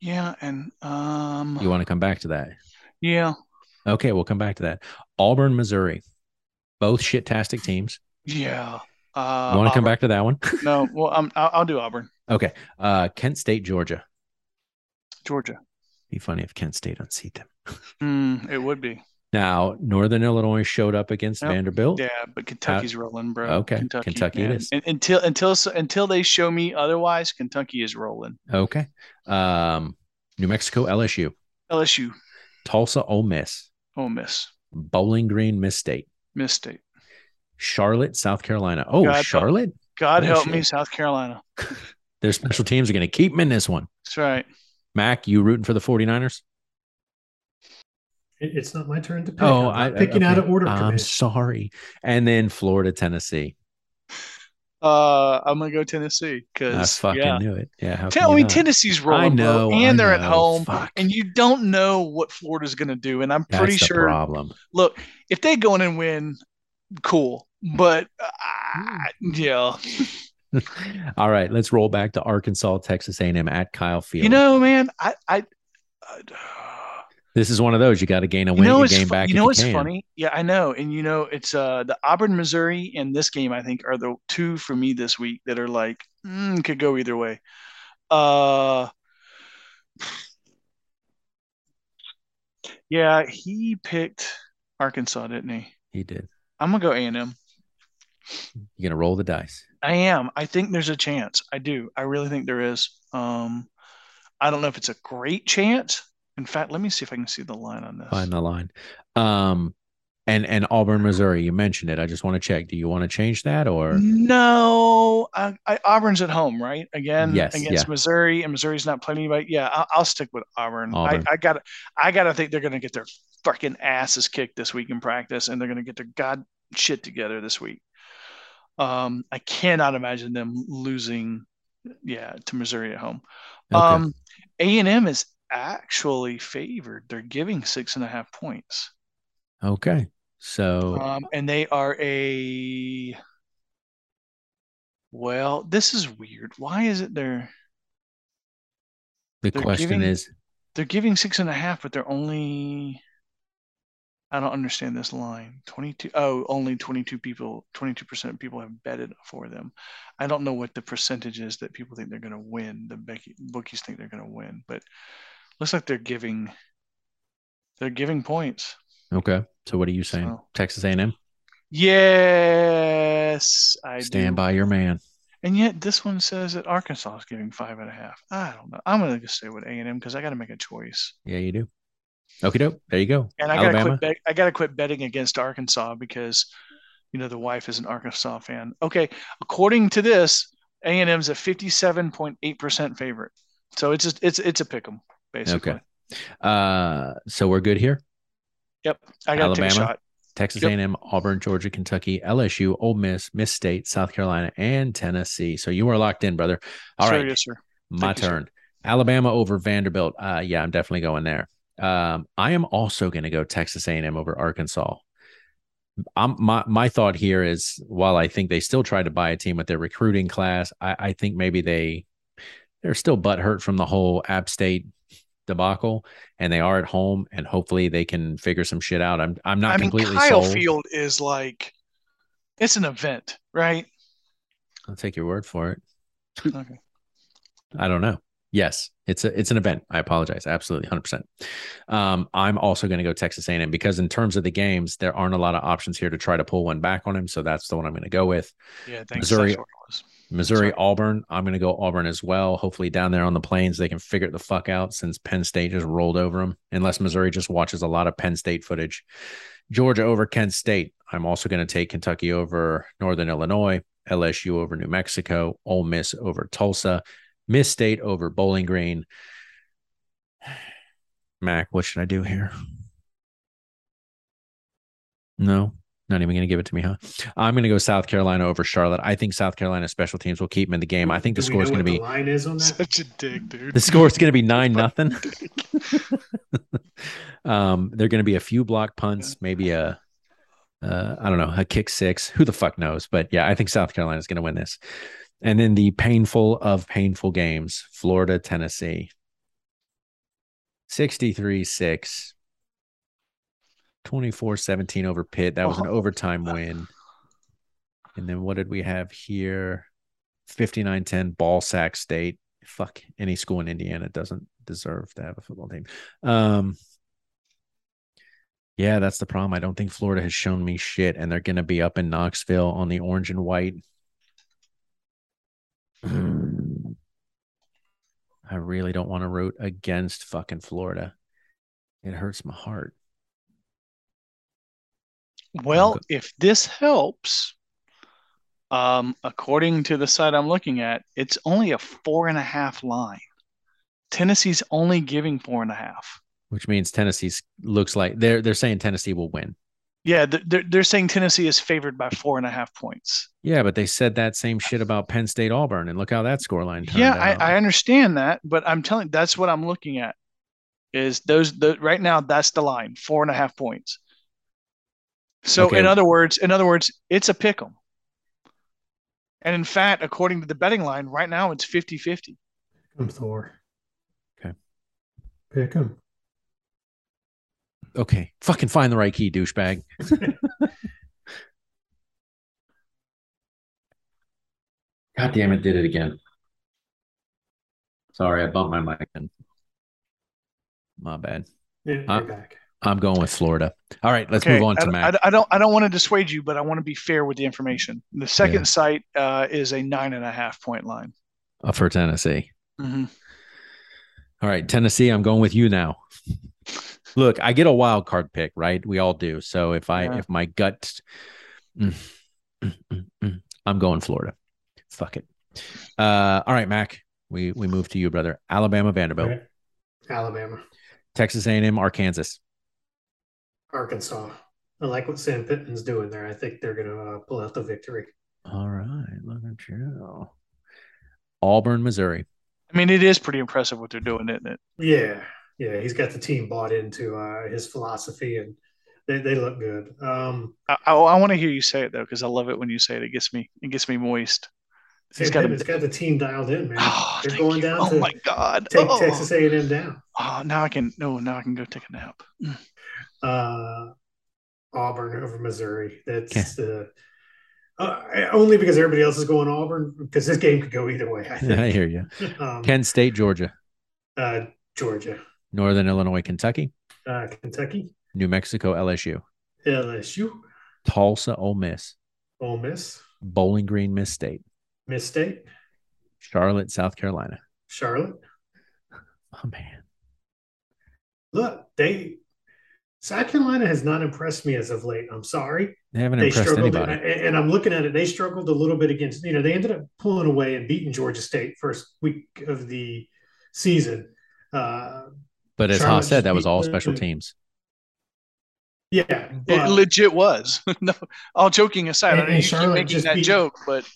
Speaker 1: Yeah, and um,
Speaker 6: You want to come back to that?
Speaker 1: yeah,
Speaker 6: Okay, we'll come back to that. Auburn, Missouri, both shit-tastic teams.
Speaker 1: yeah.
Speaker 6: You
Speaker 1: Uh,
Speaker 6: want to come back to that one?
Speaker 1: back? No, well, um, I'll, I'll do Auburn,
Speaker 6: okay. Uh, Kent State, Georgia.
Speaker 1: Georgia.
Speaker 6: Be funny if Kent State unseat them.
Speaker 1: Mm, it would be.
Speaker 6: Now, Northern Illinois showed up against
Speaker 1: Yep.
Speaker 6: Vanderbilt.
Speaker 1: Yeah, but Kentucky's rolling, bro.
Speaker 6: Uh, okay, Kentucky it
Speaker 1: man.
Speaker 6: is.
Speaker 1: And, until until until they show me otherwise, Kentucky is rolling.
Speaker 6: Okay. Um, New Mexico, LSU,
Speaker 1: LSU,
Speaker 6: Tulsa, Ole Miss,
Speaker 1: Ole Miss,
Speaker 6: Bowling Green, Miss State,
Speaker 1: Miss State.
Speaker 6: Charlotte, South Carolina. Oh,
Speaker 1: God, but-
Speaker 6: Charlotte.
Speaker 1: God
Speaker 6: Oh,
Speaker 1: help
Speaker 6: shit.
Speaker 1: me, South Carolina.
Speaker 6: Their special teams are going to keep them in this one.
Speaker 1: That's right.
Speaker 6: Mac, you rooting for the 49ers?
Speaker 7: It- It's not my turn to pick.
Speaker 6: Oh,
Speaker 7: I'm not
Speaker 6: I-
Speaker 7: picking out
Speaker 6: okay. Um,
Speaker 7: of order.
Speaker 6: I'm
Speaker 7: committee.
Speaker 6: sorry. And then Florida, Tennessee.
Speaker 1: Uh, I'm gonna go Tennessee
Speaker 6: I
Speaker 1: because
Speaker 6: fucking
Speaker 1: yeah.
Speaker 6: knew it. Yeah. how
Speaker 1: Tell
Speaker 6: can
Speaker 1: me
Speaker 6: you not?
Speaker 1: Tennessee's rolling,
Speaker 6: I
Speaker 1: bro,
Speaker 6: know,
Speaker 1: and
Speaker 6: I
Speaker 1: they're at
Speaker 6: know.
Speaker 1: home,
Speaker 6: Fuck.
Speaker 1: and you don't know what Florida's gonna do. And I'm
Speaker 6: That's
Speaker 1: pretty
Speaker 6: the
Speaker 1: sure.
Speaker 6: problem.
Speaker 1: Look, if they go in and win, cool. But uh,
Speaker 6: Hmm.
Speaker 1: yeah,
Speaker 6: All right, let's roll back to Arkansas, Texas A&M at Kyle Field.
Speaker 1: you know, man, I, I, uh, I
Speaker 6: this is one of those you got to gain a
Speaker 1: you
Speaker 6: win,
Speaker 1: know,
Speaker 6: you
Speaker 1: it's
Speaker 6: gain
Speaker 1: fu-
Speaker 6: back.
Speaker 1: you
Speaker 6: if
Speaker 1: know, it's
Speaker 6: can.
Speaker 1: funny. Yeah, I know, and you know, it's uh the Auburn, Missouri, and this game I think are the two for me this week that are like mm, could go either way. Uh, yeah, he picked Arkansas, didn't he?
Speaker 6: He did.
Speaker 1: I'm gonna go A and M.
Speaker 6: You're gonna roll the dice.
Speaker 1: I am. I think there's a chance. I do. I really think there is. Um, I don't know if it's a great chance. In fact, let me see if I can see the line on this.
Speaker 6: Find the line. Um, and and Auburn, Missouri. You mentioned it. I just want to check. Do you want to change that or?
Speaker 1: Mm, No, I, I, Auburn's at home, right? Again,
Speaker 6: Yes,
Speaker 1: against
Speaker 6: yeah.
Speaker 1: Missouri, and Missouri's not playing anybody. Yeah, I, I'll stick with Auburn.
Speaker 6: Auburn.
Speaker 1: I, I got, I got to think they're going to get their fucking asses kicked this week in practice, and they're going to get their god shit together this week. Um, I cannot imagine them losing, yeah, to Missouri at home.
Speaker 6: Okay.
Speaker 1: Um, A and M is actually favored. They're giving six and a half points,
Speaker 6: okay. So
Speaker 1: um, and they are a. Well, this is weird. Why is it they're
Speaker 6: the
Speaker 1: they're
Speaker 6: question
Speaker 1: giving-
Speaker 6: is,
Speaker 1: they're giving six and a half, but they're only. I don't understand this line. Twenty-two. Oh, only twenty-two people. Twenty-two percent of people have betted for them. I don't know what the percentage is that people think they're going to win. The Becky, bookies think they're going to win, but looks like they're giving. They're giving points.
Speaker 6: okay. So what are you saying?
Speaker 1: So-
Speaker 6: Texas A&M.
Speaker 1: Yes, I
Speaker 6: Stand
Speaker 1: do.
Speaker 6: by your man.
Speaker 1: And yet this one says that Arkansas is giving five and a half. I don't know. I'm gonna just stay with A and M because I got to make a choice.
Speaker 6: Yeah, you do. Okay, dope. There you go.
Speaker 1: And I gotta
Speaker 6: Alabama.
Speaker 1: quit. Bet- I gotta quit betting against Arkansas because, you know, the wife is an Arkansas fan. Okay, according to this, A and M's a 57.8 percent favorite. So it's just, it's it's a pick 'em basically.
Speaker 6: Okay. Uh, so we're good here.
Speaker 1: Yep. I gotta take a
Speaker 6: Alabama?
Speaker 1: shot.
Speaker 6: Texas
Speaker 1: Yep.
Speaker 6: A&M, Auburn, Georgia, Kentucky, LSU, Ole Miss, Miss State, South Carolina, and Tennessee. So you are locked in, brother. All
Speaker 1: Sir,
Speaker 6: right,
Speaker 1: yes, sir.
Speaker 6: my
Speaker 1: thank you, sir.
Speaker 6: turn. Alabama over Vanderbilt. Uh, yeah, I'm definitely going there. Um, I am also going to go Texas A&M over Arkansas. I'm, my my thought here is while I think they still try to buy a team with their recruiting class, I, I think maybe they they're still butthurt from the whole App State debacle, and they are at home, and hopefully they can figure some shit out. I'm I'm not
Speaker 1: I mean,
Speaker 6: completely
Speaker 1: Kyle
Speaker 6: sold.
Speaker 1: Field is like, it's an event, right?
Speaker 6: I'll take your word for it.
Speaker 1: Okay.
Speaker 6: I don't know. Yes, it's a it's an event. I apologize. Absolutely, hundred percent. Um, I'm also going to go Texas A&M because in terms of the games, there aren't a lot of options here to try to pull one back on him. So that's the one I'm going to go with.
Speaker 1: Yeah, thanks.
Speaker 6: Missouri-
Speaker 1: that's what it was.
Speaker 6: Missouri,
Speaker 1: Sorry.
Speaker 6: Auburn. I'm going to go Auburn as well. Hopefully, down there on the plains, they can figure it the fuck out since Penn State just rolled over them, unless Missouri just watches a lot of Penn State footage. Georgia over Kent State. I'm also going to take Kentucky over Northern Illinois, LSU over New Mexico, Ole Miss over Tulsa, Miss State over Bowling Green. Mac, what should I do here? No, not even going to give it to me, huh? I'm going to go South Carolina over Charlotte. I think South Carolina special teams will keep them in the game. I think the
Speaker 7: Do we
Speaker 6: score is
Speaker 7: know
Speaker 6: going to
Speaker 7: what
Speaker 6: be
Speaker 7: the line is on that.
Speaker 1: Such a dick, dude.
Speaker 6: the score is going to be nine nothing. um, they're going to be a few block punts, maybe a, uh, I don't know, a kick six. Who the fuck knows? But yeah, I think South Carolina is going to win this. And then the painful of painful games: Florida, Tennessee, sixty-three six. 24-17 over Pitt. That was an
Speaker 1: Oh.
Speaker 6: overtime win. And then what did we have here? 59-10 ball sack state fuck any school in indiana doesn't deserve to have a football team um yeah that's the problem i don't think florida has shown me shit and they're gonna be up in knoxville on the orange and white i really don't want to root against fucking florida it hurts my heart
Speaker 1: Well,
Speaker 6: Okay.
Speaker 1: if this helps, um, according to the site I'm looking at, it's only a four and a half line. Tennessee's only giving four and a half.
Speaker 6: which means tennessee's looks like they're they're saying tennessee will win
Speaker 1: Yeah, th- they're, they're saying Tennessee is favored by four and a half points.
Speaker 6: yeah but they said that same shit about penn state auburn and look how that scoreline turned
Speaker 1: Yeah,
Speaker 6: out.
Speaker 1: I, I understand that, but I'm telling that's what I'm looking at. Is those the right now? That's the line, four and a half points. So
Speaker 6: Okay.
Speaker 1: in other words, in other words, it's a pick 'em. And in fact, according to the betting line, right now it's 50-50.
Speaker 7: I'm Thor.
Speaker 6: Okay.
Speaker 7: Pick him.
Speaker 6: okay fucking find the right key douchebag god damn it did it again sorry i bumped my mic in my bad
Speaker 7: Yeah, you're
Speaker 6: Huh?
Speaker 7: back.
Speaker 6: i'm going with florida all right let's
Speaker 1: Okay,
Speaker 6: move on
Speaker 1: I,
Speaker 6: to
Speaker 1: don't-
Speaker 6: mac
Speaker 1: I, don't- I don't I don't want to dissuade you, but I want to be fair with the information. The second
Speaker 6: Yeah.
Speaker 1: site uh, is a nine and a half point line.
Speaker 6: Uh, for tennessee Mm-hmm.
Speaker 1: Mhm.
Speaker 6: All right, Tennessee, I'm going with you now. Look, I get a wild card pick, right? We all do. So if I
Speaker 1: Yeah.
Speaker 6: if my gut Mm, mm, mm, mm. I'm going Florida. Fuck it. Uh all right, Mac. We we move to you, brother. Alabama, Vanderbilt,
Speaker 7: Right. Alabama,
Speaker 6: Texas A&M, Arkansas.
Speaker 7: Arkansas. I like what Sam Pittman's doing there. I think they're going to uh, pull out the victory.
Speaker 6: All right, look at you. Auburn, Missouri.
Speaker 1: I mean, it is pretty impressive what they're doing, isn't it?
Speaker 7: Yeah, yeah, he's got the team bought into uh, his philosophy, and they, they look good. Um,
Speaker 1: I, I, I want to hear you say it though, because I love it when you say it. It gets me it gets me moist.
Speaker 7: Sam
Speaker 1: He's got a
Speaker 7: Pittman's got the team dialed in, man.
Speaker 1: Oh,
Speaker 7: They're
Speaker 1: thank
Speaker 7: going
Speaker 1: you.
Speaker 7: down
Speaker 1: oh
Speaker 7: to
Speaker 1: my god.
Speaker 7: Take
Speaker 1: oh.
Speaker 7: Texas A&M down.
Speaker 1: Oh, now I can no, now I can go take a nap. Mm.
Speaker 7: uh, Auburn over Missouri.
Speaker 6: Okay.
Speaker 7: That's the uh, only because everybody else is going Auburn because this game could go either way. I
Speaker 6: I
Speaker 7: think.
Speaker 6: hear you.
Speaker 7: Um,
Speaker 6: Kent State, Georgia,
Speaker 7: uh, Georgia,
Speaker 6: Northern Illinois, Kentucky,
Speaker 7: uh, Kentucky,
Speaker 6: New Mexico, LSU,
Speaker 7: LSU,
Speaker 6: Tulsa, Ole Miss,
Speaker 7: Ole Miss,
Speaker 6: Bowling Green, Miss State,
Speaker 7: Miss State,
Speaker 6: Charlotte, South Carolina.
Speaker 7: Charlotte.
Speaker 6: Oh man.
Speaker 7: Look, they South Carolina has not impressed me as of late. I'm sorry.
Speaker 6: They haven't
Speaker 7: They
Speaker 6: impressed
Speaker 7: struggled,
Speaker 6: anybody.
Speaker 7: and- and I'm looking at it. They struggled a little bit against, you know, they ended up pulling away and beating Georgia State first week of the season. Uh,
Speaker 6: But as
Speaker 7: Charlotte
Speaker 6: Haas said, that was
Speaker 7: beat
Speaker 6: all
Speaker 7: the-
Speaker 6: special teams.
Speaker 7: Yeah,
Speaker 1: It
Speaker 7: but
Speaker 1: legit was. no, all joking aside,
Speaker 7: And-
Speaker 1: I
Speaker 7: and
Speaker 1: know you keep
Speaker 7: Charlotte
Speaker 1: making
Speaker 7: just
Speaker 1: that
Speaker 7: beat-
Speaker 1: joke, but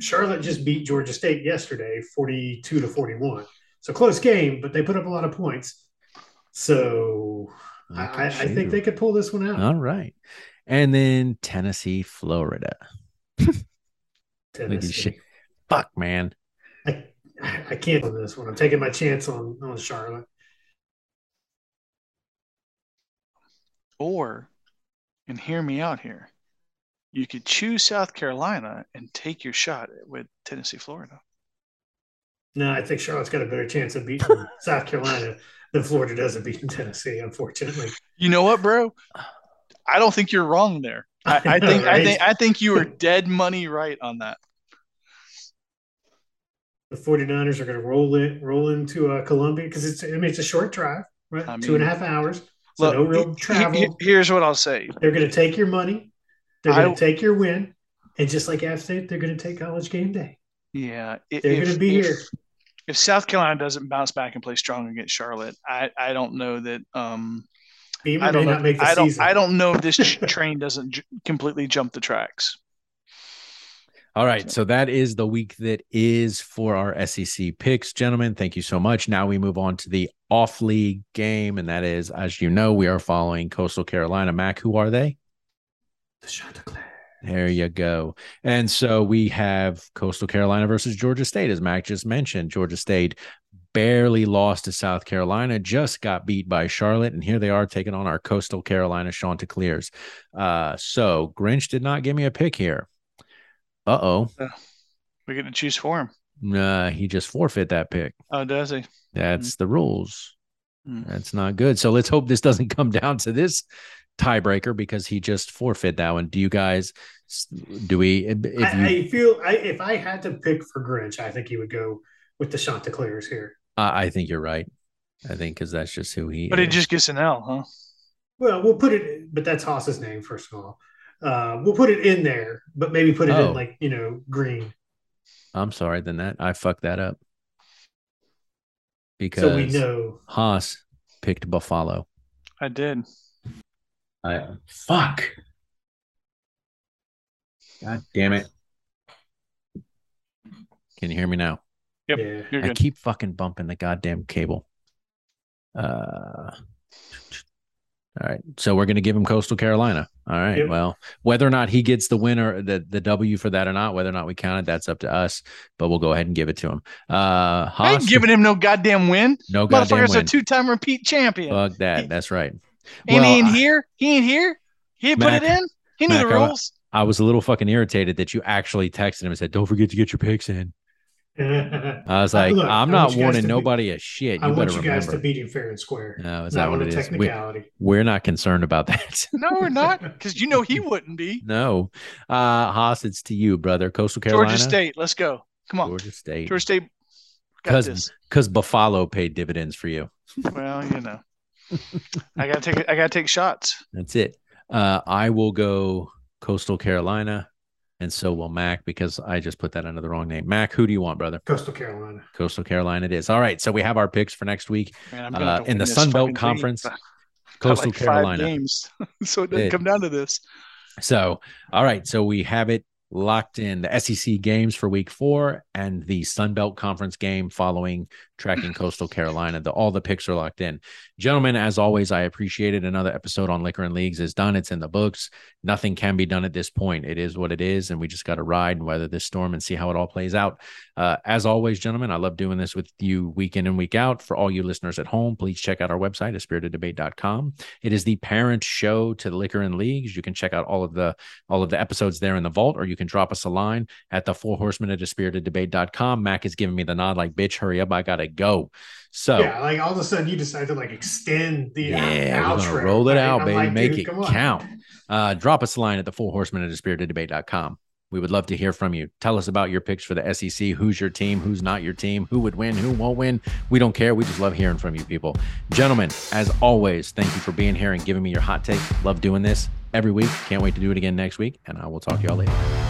Speaker 7: Charlotte just beat Georgia State yesterday, forty-two to forty-one. So close game, but they put up a lot of points. So I, I, I think they could pull this one out.
Speaker 6: All right. And then Tennessee, Florida.
Speaker 7: Tennessee.
Speaker 6: shit. Fuck, man.
Speaker 7: I, I can't on this one. I'm taking my chance on on Charlotte.
Speaker 1: or and hear me out here. You could choose South Carolina and take your shot with Tennessee, Florida.
Speaker 7: No, I think Charlotte's got a better chance of beating South Carolina than Florida does of beating Tennessee, unfortunately.
Speaker 1: You know what, bro? I don't think you're wrong there. I, I think I think I think you are dead money right on that.
Speaker 7: The 49ers are going to roll it, roll into uh, Columbia because it's, I mean, it's a short drive, right?
Speaker 1: I
Speaker 7: Two and a
Speaker 1: mean-
Speaker 7: half hours. So
Speaker 1: Look,
Speaker 7: no real
Speaker 1: he- he-
Speaker 7: travel.
Speaker 1: here's what I'll say.
Speaker 7: They're going to take your money. They're
Speaker 1: I-
Speaker 7: going to take your win. And just like App State, they're going to take college game day.
Speaker 1: Yeah, i-
Speaker 7: They're
Speaker 1: if-
Speaker 7: going to be
Speaker 1: if-
Speaker 7: here.
Speaker 1: If South Carolina doesn't bounce back and play strong against Charlotte, I, I don't know that um
Speaker 7: Beamer
Speaker 1: I
Speaker 7: may
Speaker 1: don't know,
Speaker 7: not make the
Speaker 1: I don't
Speaker 7: season.
Speaker 1: I don't know if this ch- train doesn't j- completely jump the tracks.
Speaker 6: All right. So that is the week that is for our SEC picks, gentlemen. Thank you so much. Now we move on to the off league game. And that is, as you know, we are following Coastal Carolina. Mac, who are they?
Speaker 7: The Chanticleer.
Speaker 6: There you go. And so we have Coastal Carolina versus Georgia State, as Mac just mentioned. Georgia State barely lost to South Carolina, just got beat by Charlotte. And here they are taking on our Coastal Carolina Chanticleers. Uh, so Grinch did not give me a pick here. Uh oh.
Speaker 1: We're gonna choose for him.
Speaker 6: Nah, he just forfeit that pick.
Speaker 1: Oh, does he?
Speaker 6: That's the rules.
Speaker 7: Mm-hmm.
Speaker 1: Mm.
Speaker 6: That's not good. So let's hope this doesn't come down to this tiebreaker because he just forfeit that one. Do you guys? Do we? If you,
Speaker 7: I, I feel I, if I had to pick for Grinch, I think he would go with the Chanticleers here.
Speaker 6: I, I think you're right. I think because that's just who he.
Speaker 1: But it
Speaker 6: is.
Speaker 1: just gets an L, huh?
Speaker 7: Well, we'll put it, but that's Haas's name, first of all. Uh, we'll put it in there, but maybe put it
Speaker 6: Oh.
Speaker 7: in like, you know, green.
Speaker 6: I'm sorry. Then that I fucked that up because
Speaker 7: So we know.
Speaker 6: Haas picked Buffalo.
Speaker 1: I did.
Speaker 6: I, fuck. God damn it! Can you hear me now?
Speaker 1: Yep.
Speaker 7: Yeah.
Speaker 1: You're
Speaker 6: I
Speaker 1: good.
Speaker 6: keep fucking bumping the goddamn cable. Uh, all right. So we're going to give him Coastal Carolina. All right.
Speaker 7: Yep.
Speaker 6: Well, whether or not he gets the win or the, the W for that or not, whether or not we count it, that's up to us, but we'll go ahead and give it to him. Uh,
Speaker 1: I ain't
Speaker 6: Haas,
Speaker 1: giving him no goddamn win.
Speaker 6: no goddamn
Speaker 1: Motherfucker's
Speaker 6: win.
Speaker 1: a two-time repeat champion,
Speaker 6: Fuck that. That's right.
Speaker 1: and
Speaker 6: well,
Speaker 1: he ain't
Speaker 6: I-
Speaker 1: here. He ain't here. He ain't
Speaker 6: Mac-
Speaker 1: put it in. He knew
Speaker 6: Mac,
Speaker 1: the
Speaker 6: I wa-
Speaker 1: rules.
Speaker 6: I was a little fucking irritated that you actually texted him and said, don't forget to get your picks in. I was
Speaker 7: Uh,
Speaker 6: like,
Speaker 7: look,
Speaker 6: I'm
Speaker 7: I
Speaker 6: not
Speaker 7: want you guys
Speaker 6: warning
Speaker 7: to be-
Speaker 6: nobody a shit. You
Speaker 7: I
Speaker 6: better
Speaker 7: want you guys
Speaker 6: remember.
Speaker 7: to beat him fair and square.
Speaker 6: no, is
Speaker 7: Not
Speaker 6: that what
Speaker 7: on a
Speaker 6: it is? We,
Speaker 7: technicality.
Speaker 6: we're not concerned about that.
Speaker 1: No, we're not, because you know he wouldn't be.
Speaker 6: No. Uh Haas, it's to you, brother. Coastal Carolina.
Speaker 1: Georgia State. Let's go. Come on,
Speaker 6: Georgia State.
Speaker 1: Georgia State. Got
Speaker 6: Cause-
Speaker 1: this.
Speaker 6: Because Buffalo paid dividends for you.
Speaker 1: Well, you know, I gotta take I gotta take shots.
Speaker 6: That's it. Uh I will go Coastal Carolina. And so will Mac because I just put that under the wrong name. Mac, who do you want, brother?
Speaker 7: Coastal Carolina.
Speaker 6: Coastal Carolina it is. All right. So we have our picks for next week.
Speaker 1: Man, I'm
Speaker 6: Uh,
Speaker 1: gonna have to
Speaker 6: in the
Speaker 1: win this
Speaker 6: Sun Belt
Speaker 1: fucking thing
Speaker 6: Conference,
Speaker 1: by- by
Speaker 6: Coastal
Speaker 1: like five
Speaker 6: Carolina.
Speaker 1: games, so it doesn't
Speaker 6: It-
Speaker 1: come down to this.
Speaker 6: So, all right. So we have it locked in the SEC games for week four and the Sun Belt Conference game following tracking Coastal Carolina. The, all the picks are locked in. Gentlemen, as always, I appreciate it. Another episode on Liquor and Leagues is done. It's in the books. Nothing can be done at this point. It is what it is. And we just got to ride and weather this storm and see how it all plays out. Uh, as always, gentlemen, I love doing this with you week in and week out. For all you listeners at home, please check out our website at spiriteddebate.com. It is the parent show to Liquor and Leagues. You can check out all of the all of the episodes there in the vault, or you can drop us a line at the four horsemen at a spirited Mac is giving me the nod like, bitch, hurry up. I gotta go. So
Speaker 7: Yeah, like all of a sudden you decide to like extend the
Speaker 6: yeah,
Speaker 7: out-
Speaker 6: we're
Speaker 7: outro.
Speaker 6: gonna roll it
Speaker 7: right?
Speaker 6: out,
Speaker 7: I'm
Speaker 6: baby.
Speaker 7: like,
Speaker 6: Make
Speaker 7: dude,
Speaker 6: it
Speaker 7: come on.
Speaker 6: count. Uh, drop us a line at the four horsemen at a We would love to hear from you. Tell us about your picks for the SEC. Who's your team? Who's not your team? Who would win? Who won't win? We don't care. We just love hearing from you people. Gentlemen, as always, thank you for being here and giving me your hot takes. Love doing this every week. Can't wait to do it again next week. And I will talk to y'all later.